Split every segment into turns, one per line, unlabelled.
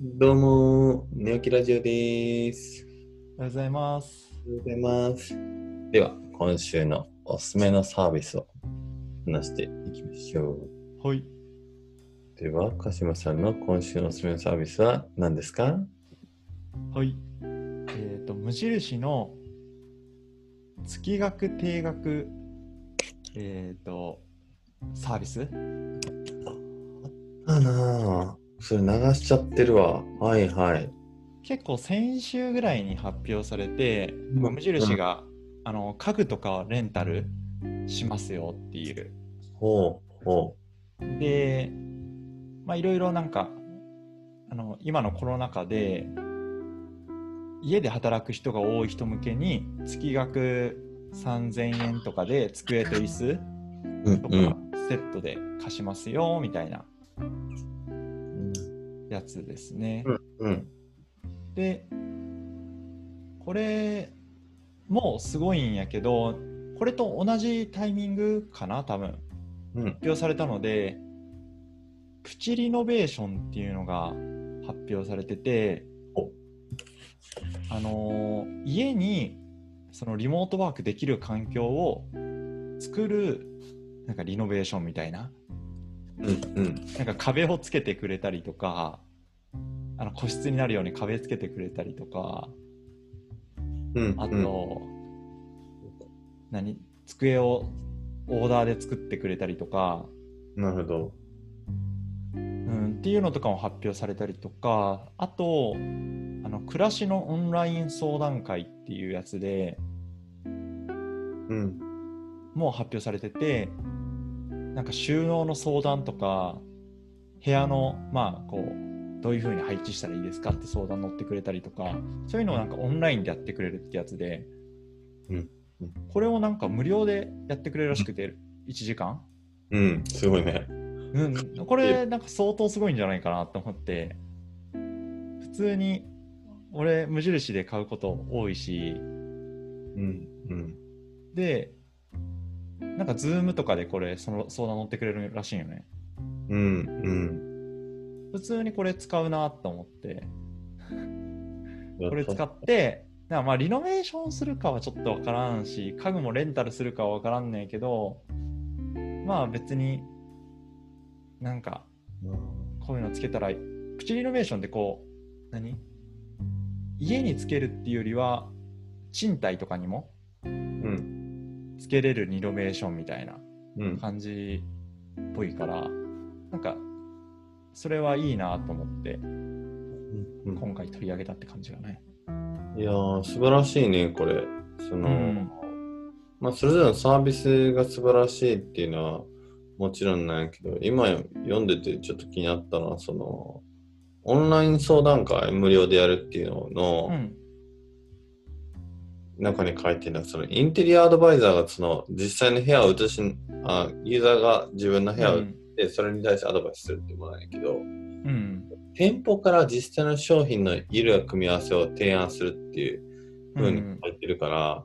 どうも、寝起きラジオです。
おはようございます。
おはようございます。では、今週のおすすめのサービスを話していきましょう。
はい。
では、鹿島さんの今週のおすすめのサービスは何ですか
はい。えっ、と、無印の月額定額、えっ、と、サービス
あなあ、それ流しちゃってるわ。はいはい。
結構先週ぐらいに発表されて、
うん
まあ無印が、あの家具とかレンタルしますよっていう。
ほうほ
で、まあいろいろなんか、あの今のコロナ禍で家で働く人が多い人向けに月額3000円とかで机と椅子
う。うん
と
う
か
ん。
セットで貸しますよみたいなやつですね。
うん。
でこれもすごいんやけどこれと同じタイミングかな多分
うん。
発表されたのでプチリノベーションっていうのが発表されてて
お
あのー家にそのリモートワークできる環境を作るなんかリノベーションみたいな
うん。うん。
なんか壁をつけてくれたりとかあの個室になるように壁つけてくれたりとか
うん。
あと、何机をオーダーで作ってくれたりとか、
うん、なるほど。
うん、っていうのとかも発表されたりとかあとあの暮らしのオンライン相談会っていうやつで
うん。
もう発表されててなんか収納の相談とか部屋のまあこうどういうふうに配置したらいいですかって相談乗ってくれたりとかそういうのをなんかオンラインでやってくれるってやつで、
うんうん
これをなんか無料でやってくれるらしくて1時間、
うん。すごいね。
うん、これなんか相当すごいんじゃないかなと思って普通に俺無印で買うこと多いし
うん。うん。
でなんかズームとかでこれその相談乗ってくれるらしいよね
うん。うん。
普通にこれ使うなと思ってこれ使
っ
ってなんかまあリノベーションするかはちょっとわからんし家具もレンタルするかはわからんねんけどまあ別になんかこういうのつけたらプチリノベーションでこう何家につけるっていうよりは賃貸とかにも
うん。
つけれるリノベーションみたいな
うん。
感じっぽいからなんかそれはいいなと思って
うん
今回取り上げたって感じがね。
いやー、素晴らしいね、これ。その、まあ、それぞれのサービスが素晴らしいっていうのはもちろんなんやけど、今読んでてちょっと気になったのは、その、オンライン相談会無料でやるっていうの
う
の
ん
中に書いてるのは、そのインテリアアドバイザーがその実際の部屋を映しあ、ユーザーが自分の部屋を
う
映っ
ん
て、それに対してアドバイスするっていうものなんやけど、
うん
店舗から実際の商品の色や組み合わせを提案するっていうふうに書いてるから、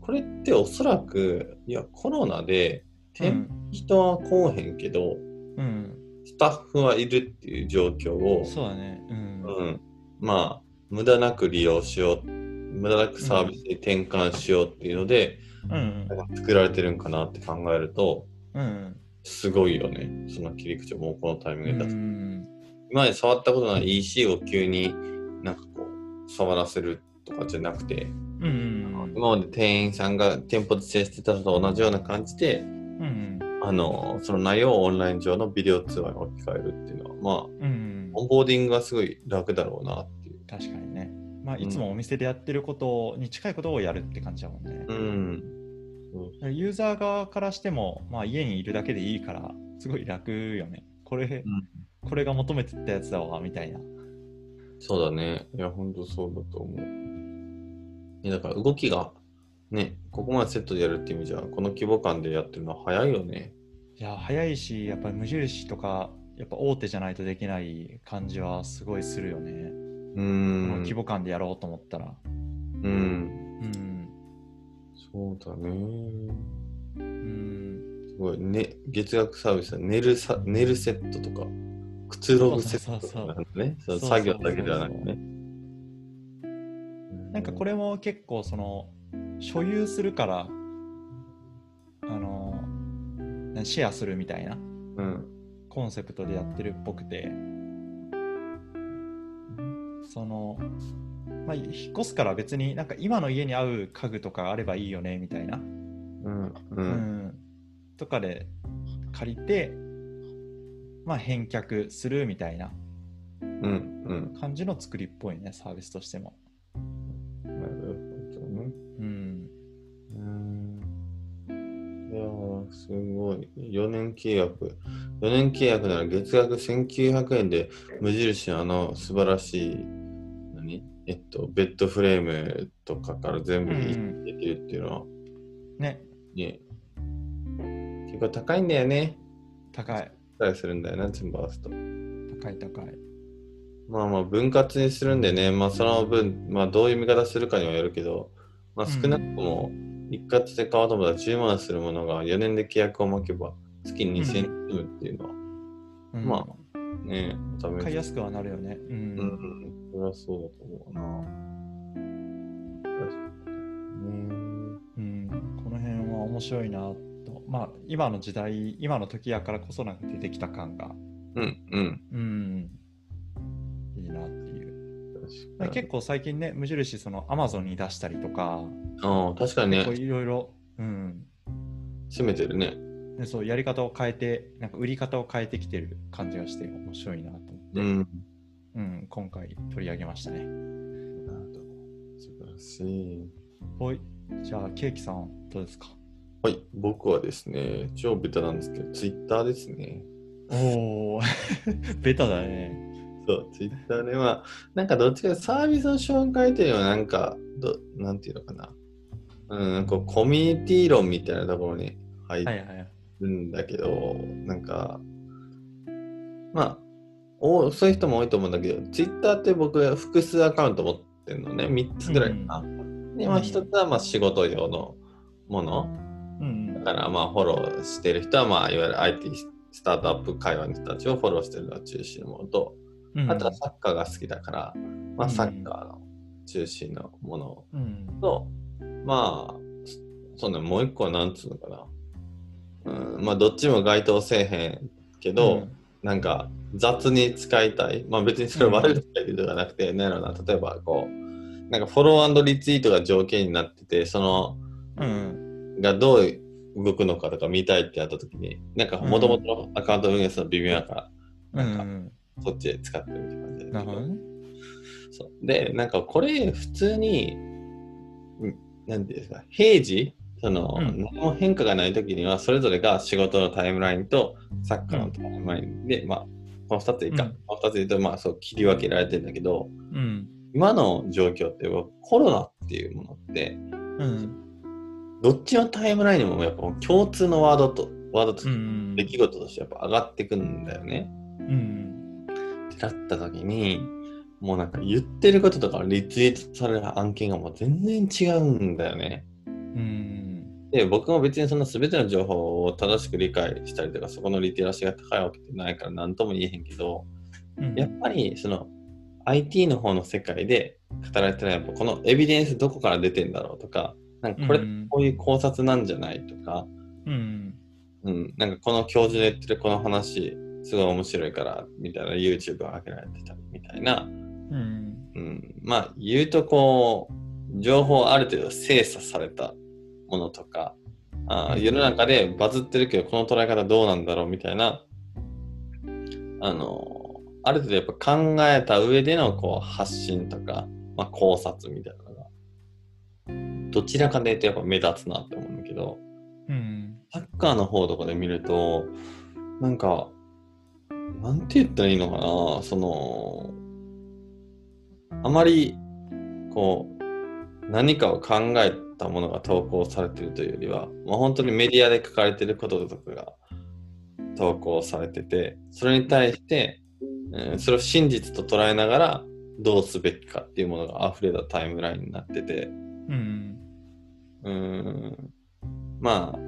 これっておそらくいやコロナで店人は来おへんけど、
うん、
スタッフはいるっていう状況
う
を
ん、、そうだね。うん。
うん、まあ無駄なく利用しよう無駄なくサービスに転換しようっていうので、
うん。
作られてるんかなって考えると
うん。
すごいよねその切り口をもうこのタイミン
う
グで出す、
ん。
今まで触ったことない EC を急になんかこう触らせるとかじゃなくて、
うん。うん。
今まで店員さんが店舗で接してたのと同じような感じで、
うん。
あのその内容をオンライン上のビデオ通話に置き換えるっていうのは、まあ、
うん。
オンボーディングがすごい楽だろうなっていう。
確かにね。まあ、
うん
いつもお店でやってることに近いことをやるって感じだもんね
う。ん、
ユーザー側からしても、まあ、家にいるだけでいいから、すごい楽よね。これ、これが求めてたやつだわ、みたいな。
そうだね。いや、ほんとそうだと思う。いやだから動きが、ね、ここまでセットでやるって意味じゃ、この規模感でやってるのは早いよね。
いや、早いし、やっぱり無印とか、やっぱ大手じゃないとできない感じはすごいするよね。
う
この
ん。
規模感でやろうと思ったら。
うん。
うん。
そうだね。
うん。
すごい、ね、月額サービスは寝るさ寝るセットとか、くつろぐセット
そうそうそう
なんだね。そ
そううそう
作業だけではなくね。
なんかこ
れ、
れも結構その所有するからあのなシェアするみたいな
うん、
コンセプトでやってるっぽくてその、まあ、引っ越すから別になんか今の家に合う家具とかあればいいよねみたいな、
うん、う、
うんん、とかで借りて、まあ、返却するみたいな
うん、うん。
感じの作りっぽいねサービスとしても。
なるほどね。
うん、
うんいやー、すごい。4年契約。4年契約なら月額1900円で無印のあの素晴らしい、何えっと、ベッドフレームとかから全部
うん
できるっていうのは、
ね
ね、結構高いんだよね。
高い
高いするんだよな、全部合わせると。
高い高い。
まあまあ分割にするんでね、まあその分、まあどういう見方するかにはよるけど、まあ少なくとも一括で買おうと思ったら10万するものが4年で契約を巻けば月に2000円積むっていうのは
うん
まね、ダメ
買い
で
や
す。
すくはなるよね。う。
うんん、それはそうだと思うな。ね
うん、この辺は面白いなと。まあ、今の時代、今の時やからこそなんか出てきた感が、
うん、うん。
うん、いいなっていう。
確
ま
か
あ
に。
結構最近ね、無印、その Amazon に出したりとか、
ああ確かに
結構
ね、
いろいろ、うん、
攻めてるね。
でそう、やり方を変えて、なんか売り方を変えてきてる感じがして、面白いなと思って、
う
うん、
ん。
今回取り上げましたね。
なるほど素晴らしい。
はい。じゃあ、ケーキさん、どうですか
はい、僕はですね、超ベタなんですけど、ツイッターですね。
おお、 ベタだね。
そう、ツイッターでは、なんかどっちかというとサービスの紹介というよりは、なんかど、なんていうのかな。うん、こうコミュニティ論みたいなところに入
はい
っ
はい。
るんだけど、なんか、まあお、そういう人も多いと思うんだけど、ツイッターって僕、複数アカウント持ってるのね、3つぐらいかな。で、まあ、
うん
1つはまあ仕事用のもの。
うん
だからまあフォローしてる人はまあいわゆる IT スタートアップ界隈の人たちをフォローしてるのが中心のものと、
うん、
あとはサッカーが好きだから、まあ、
うん
サッカーの中心のもの
うん、
と、まあそそうねもう一個はなんつうのかな、うん、まあどっちも該当せえへんけど、なんか雑に使いたい、まあ、別にそれは悪い使い方じゃなくて、なんやろな例えばこうなんかフォローリツイートが条件になっててその
うん、うん、
がどう動くのかとか見たいってなった時になんかもともとアカウント運営するの微妙だから、
う
なんか
ん、
そっちで使ってるみたいな感じ
なるほどね。
そうでなんかこれ普通にんなんていうんですか平時その、
うん
何も変化がない時にはそれぞれが仕事のタイムラインとサッカーのタイムラインで、まあこの2つでいいか、
うん
この2つで言うとまあそう切り分けられてるんだけど
うん、
今の状況ってコロナっていうものって
うん、
どっちのタイムラインにもやっぱ共通のワードとワードと
うん、
出来事としてやっぱ上がってくんだよね。
うん、
ってなった時にもうなんか言ってることとかリツイートされる案件がもう全然違うんだよね。
うん、
で僕も別にそんな全ての情報を正しく理解したりとかそこのリテラシーが高いわけじゃないから何とも言えへんけど
うん、
やっぱりその IT の方の世界で語られてるのはやっぱこのエビデンスどこから出てんだろうとかなんかこれ
うん
こういう考察なんじゃないとか、
うん、
うん、なんかこの教授の言ってるこの話すごい面白いからみたいな YouTube が上げられてたりみたいな、
うん、
うん、まあ言うとこう情報ある程度精査されたものとかあー
うん
世の中でバズってるけどこの捉え方どうなんだろうみたいなあのある程度やっぱ考えた上でのこう発信とか、まあ、考察みたいなのがどちらかで言うとやっぱ目立つなって思うんだけど、
うん、
サッカーの方とかで見ると、なんか、なんて言ったらいいのかな、その、あまり、こう、何かを考えたものが投稿されてるというよりは、まあ、本当にメディアで書かれてることとかが投稿されてて、それに対して、うんそれを真実と捉えながら、どうすべきかっていうものが溢れたタイムラインになってて、
うん、
うーんまあ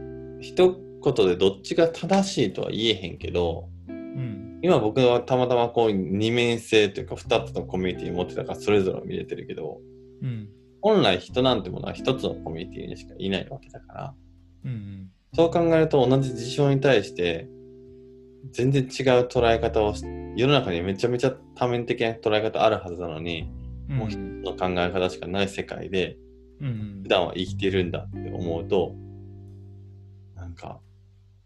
一言でどっちが正しいとは言えへんけど
うん、
今僕はたまたまこう二面性というか2つのコミュニティ持ってたからそれぞれ見れてるけど
うん。
本来人なんてものは1つのコミュニティにしかいないわけだから
うん。
そう考えると同じ事象に対して全然違う捉え方をし世の中にめちゃめちゃ多面的な捉え方あるはずなのに
うん。
もう一
うん
の考え方しかない世界で
うん
普。段は生きてるんだって思うとなんか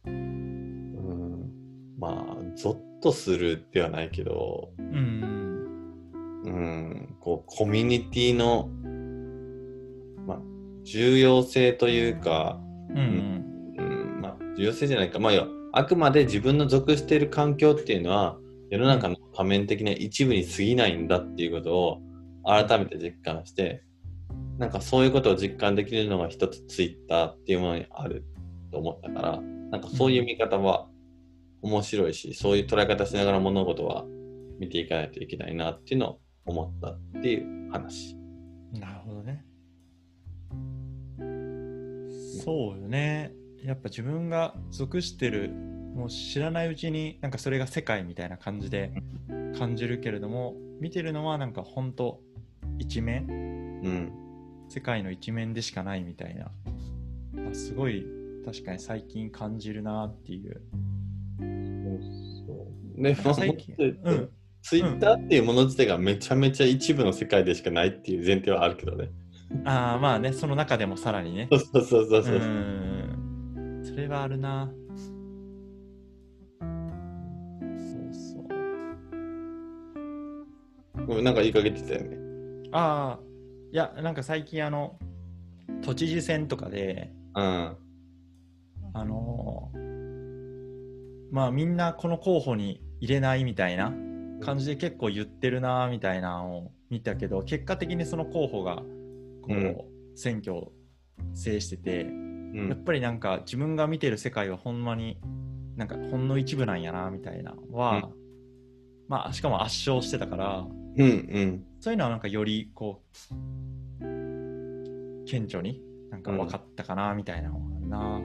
うんまあゾッとするではないけど
うん。
うんこうコミュニティのまあ重要性というか、
うん。
うんまあ、重要性じゃないかまあ要はあくまで自分の属している環境っていうのは世の中の多面的な一部に過ぎないんだっていうことを改めて実感してなんかそういうことを実感できるのが一つツイッターっていうものにあると思ったからなんかそういう見方は面白いしそういう捉え方しながら物事は見ていかないといけないなっていうのを思ったっていう話。
なるほどね。そうよね。やっぱ自分が属してる、もう知らないうちに、なんかそれが世界みたいな感じで感じるけれども、見てるのはなんか本当一面、
うん
世界の一面でしかないみたいな。あすごい、確かに最近感じるなっていう。
そうで、まあ、
最近。
もっと言うと
うん。
ツイッターっていうもの自体がめちゃめちゃ一部の世界でしかないっていう前提はあるけどね。
ああ、まあね、その中でもさらにね。
そうそうそうそう
う
そう、
んそれはあるなそうそう
ごめんなんか言いかけてたよね。
ああいやなんか最近あの都知事選とかで
うん。
あのーまあみんなこの候補に入れないみたいな感じで結構言ってるなみたいなのを見たけど結果的にその候補がこう、
うん
選挙を制してて、
う
やっ
ん。
ぱりなんか自分が見てる世界はほんまになんかほんの一部なんやなみたいなは、
うん
まあしかも圧勝してたから
うんうん。
そういうのはなんかよりこう顕著になんか分かったかなみたいなのがあるな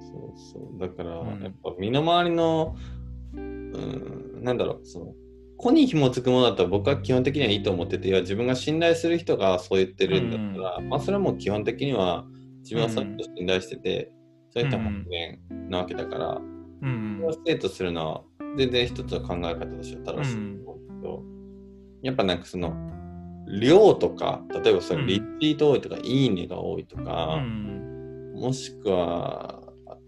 そうそう。だから、
うん
やっぱ身の回りの、うん、なんだろう、その、子に紐づくものだと僕は基本的にはいいと思ってて、いや自分が信頼する人がそう言ってるんだったら、まあそれはもう基本的には自分はそういう人を信頼してて、そういった発言なわけだから、
うん
それをステートするのは全然一つの考え方としては正しいと思うけど、やっぱなんかその量とか例えばその
うん
リツイート多いとか、いいねが多いと
う
か、
ん
もしくは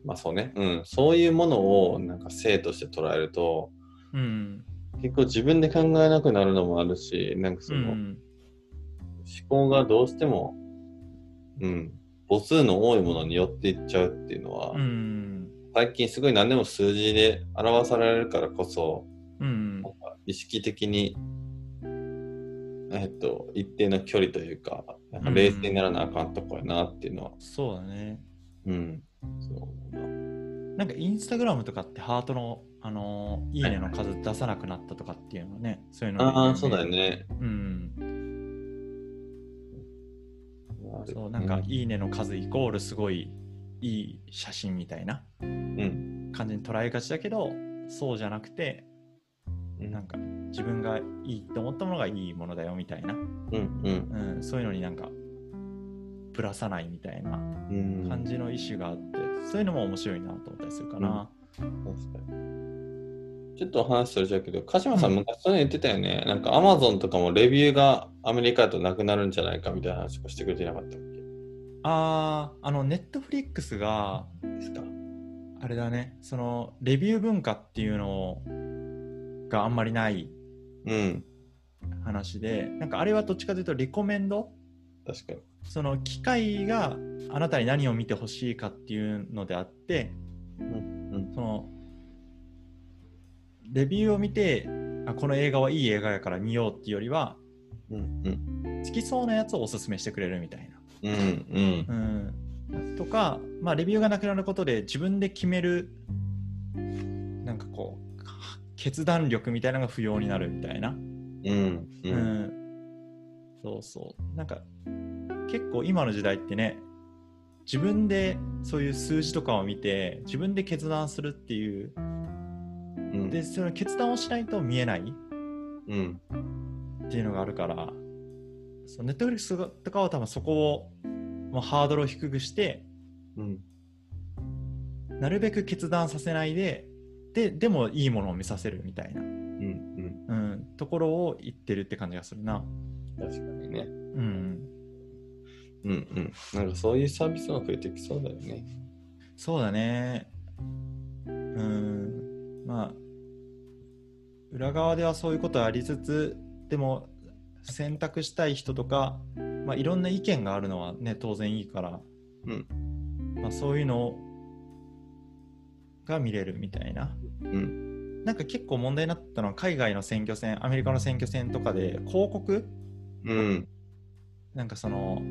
まあそうね、うん、そういうものをなんか性として捉えると
うん
結構自分で考えなくなるのもあるしなんかその思考がどうしても、うん、母数の多いものに寄っていっちゃうっていうのは、
うん
最近すごい何でも数字で表されるからこそ、
うん
意識的に、えっと、一定の距離というか、なんか冷静にならなあかんとこやなっていうのは、
そうだね
うん、そう思うな。
なんかインスタグラムとかってハートのあのーいいねの数出さなくなったとかっていうのねそういうので
ああ、そうだよね。
うんそうなんか「いいね」の数イコールすごいいい写真みたいな
うん、
感じに捉えがちだけどそうじゃなくて
うん、
なんか自分がいいと思ったものがいいものだよみたいな、
うん、うん、
うん、そういうのになんかぶらさないみたいな
うん、
感じの意思があってそういうのも面白いなと思ったりするかな。
確かに。ちょっと話それちゃうけど、鹿島さん、昔そういうの言ってたよね。なんか、アマゾンとかもレビューがアメリカだとなくなるんじゃないかみたいな話をしてくれてなかったっ
あーあのネットフリックスが
けですか。
あれだねそのレビュー文化っていうのがあんまりない
うん、
話でなんかあれはどっちかというとリコメンド
確かに。
その機械があなたに何を見てほしいかっていうのであって
うん、
そのレビューを見てあこの映画はいい映画やから見ようっていうよりは
うん、うん、
好きそうなやつをおすすめしてくれるみたい
うん、うん
な。うん、とか、まあ、レビューがなくなることで自分で決めるなんかこうか決断力みたいなのが不要になるみたいな。
うん、う、
うんん、そうそうなんか結構今の時代ってね自分でそういう数字とかを見て自分で決断するっていう
うん
でその決断をしないと見えないっ
うん
ていうのがあるからそうネットフリックスとかは多分そこをもうハードルを低くして
うん
なるべく決断させないでででもいいものを見させるみたいな、
うんうん
うん、ところを言ってるって感じがするな。
確かにね
うん、
うんうんなんかそういうサービスが増えてきそうだよね
そうだね。うん、まあ裏側ではそういうことはありつつでも選択したい人とか、まあ、いろんな意見があるのはね当然いいから、
うん
まあ、そういうのが見れるみたいな。
うん
なんか結構問題になったのは海外の選挙戦アメリカの選挙戦とかで広告
うん
なんかその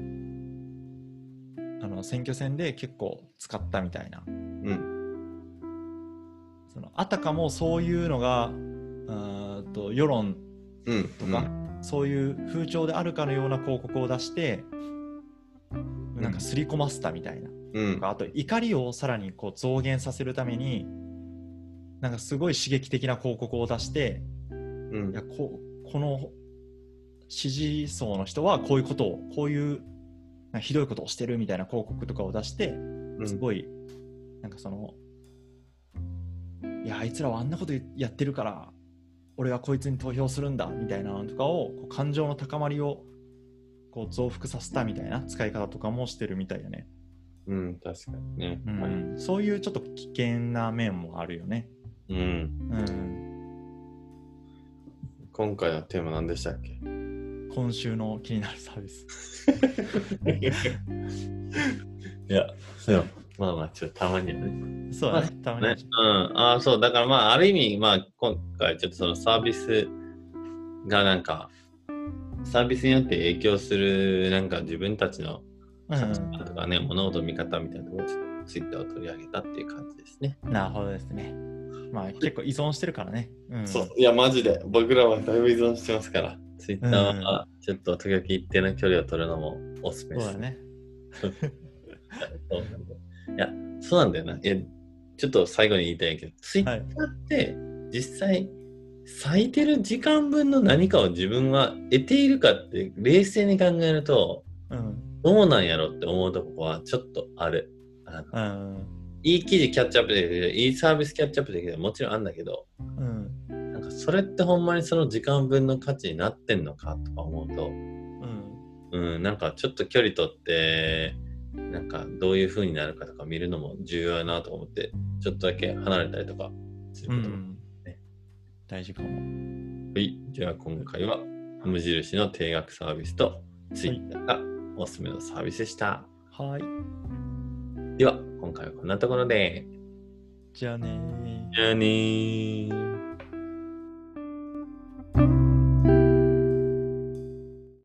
あの選挙戦で結構使ったみたいな
うん
そのあたかもそういうのがうーんと世論
うん
とか、そういう風潮であるかのような広告を出してなんか刷り込ませたみたいな、
うん
あと怒りをさらにこう増減させるためになんかすごい刺激的な広告を出して
う
い
ん
やここの支持層の人はこういうことをこういうなんかひどいことをしてるみたいな広告とかを出して
うん
すごいなんかそのいやあいつらはあんなことやってるから俺はこいつに投票するんだみたいなのとかをこう感情の高まりをこう増幅させたみたいな使い方とかもしてるみたいよね、
うん確かにね
うん
はい
そういうちょっと危険な面もあるよね、
うん
うん、
今回のテーマ何でしたっけ
今週の気になるサービス
いやそうまあまあちょっとたまにはね
そうだねたまには
ね、うん、ああ、そう、だからまあ、ある意味、まあ、今回、ちょっとそのサービスがなんか、サービスによって影響する、なんか自分たちの
うん
価値観とかね、物事の見方みたいなところをちょっとツイッターを取り上げたっていう感じですね。
なるほどですね。まあ結構依存してるからね。うん、
そう、いや、マジで、僕らはだいぶ依存してますから、ツイッターはちょっと時々一定の距離を取るのもおすすめ
そ
で
う
す
だ。ね。
そうなんだよいや、そうなんだよな。いや、ちょっと最後に言いたいけど、ツイッターって実際、咲いてる時間分の何かを自分は得ているかって冷静に考えると、
うん。
どうなんやろって思うとこはちょっとある。あの
うん。
いい記事キャッチアップできる、いいサービスキャッチアップできる、もちろんあるんだけど、
うん。
なんかそれってほんまにその時間分の価値になってんのかとか思うと、
うん。
うん、なんかちょっと距離取って、なんかどういう風になるかとか見るのも重要やなと思って、ちょっとだけ離れたりとかす
う
ることも。
ん。大事かも。
はい、じゃあ今回は無印の定額サービスと Twitter がおすすめのサービスでした。
はい。
では、今回はこんなところで。
じゃあねー。
じゃあねー。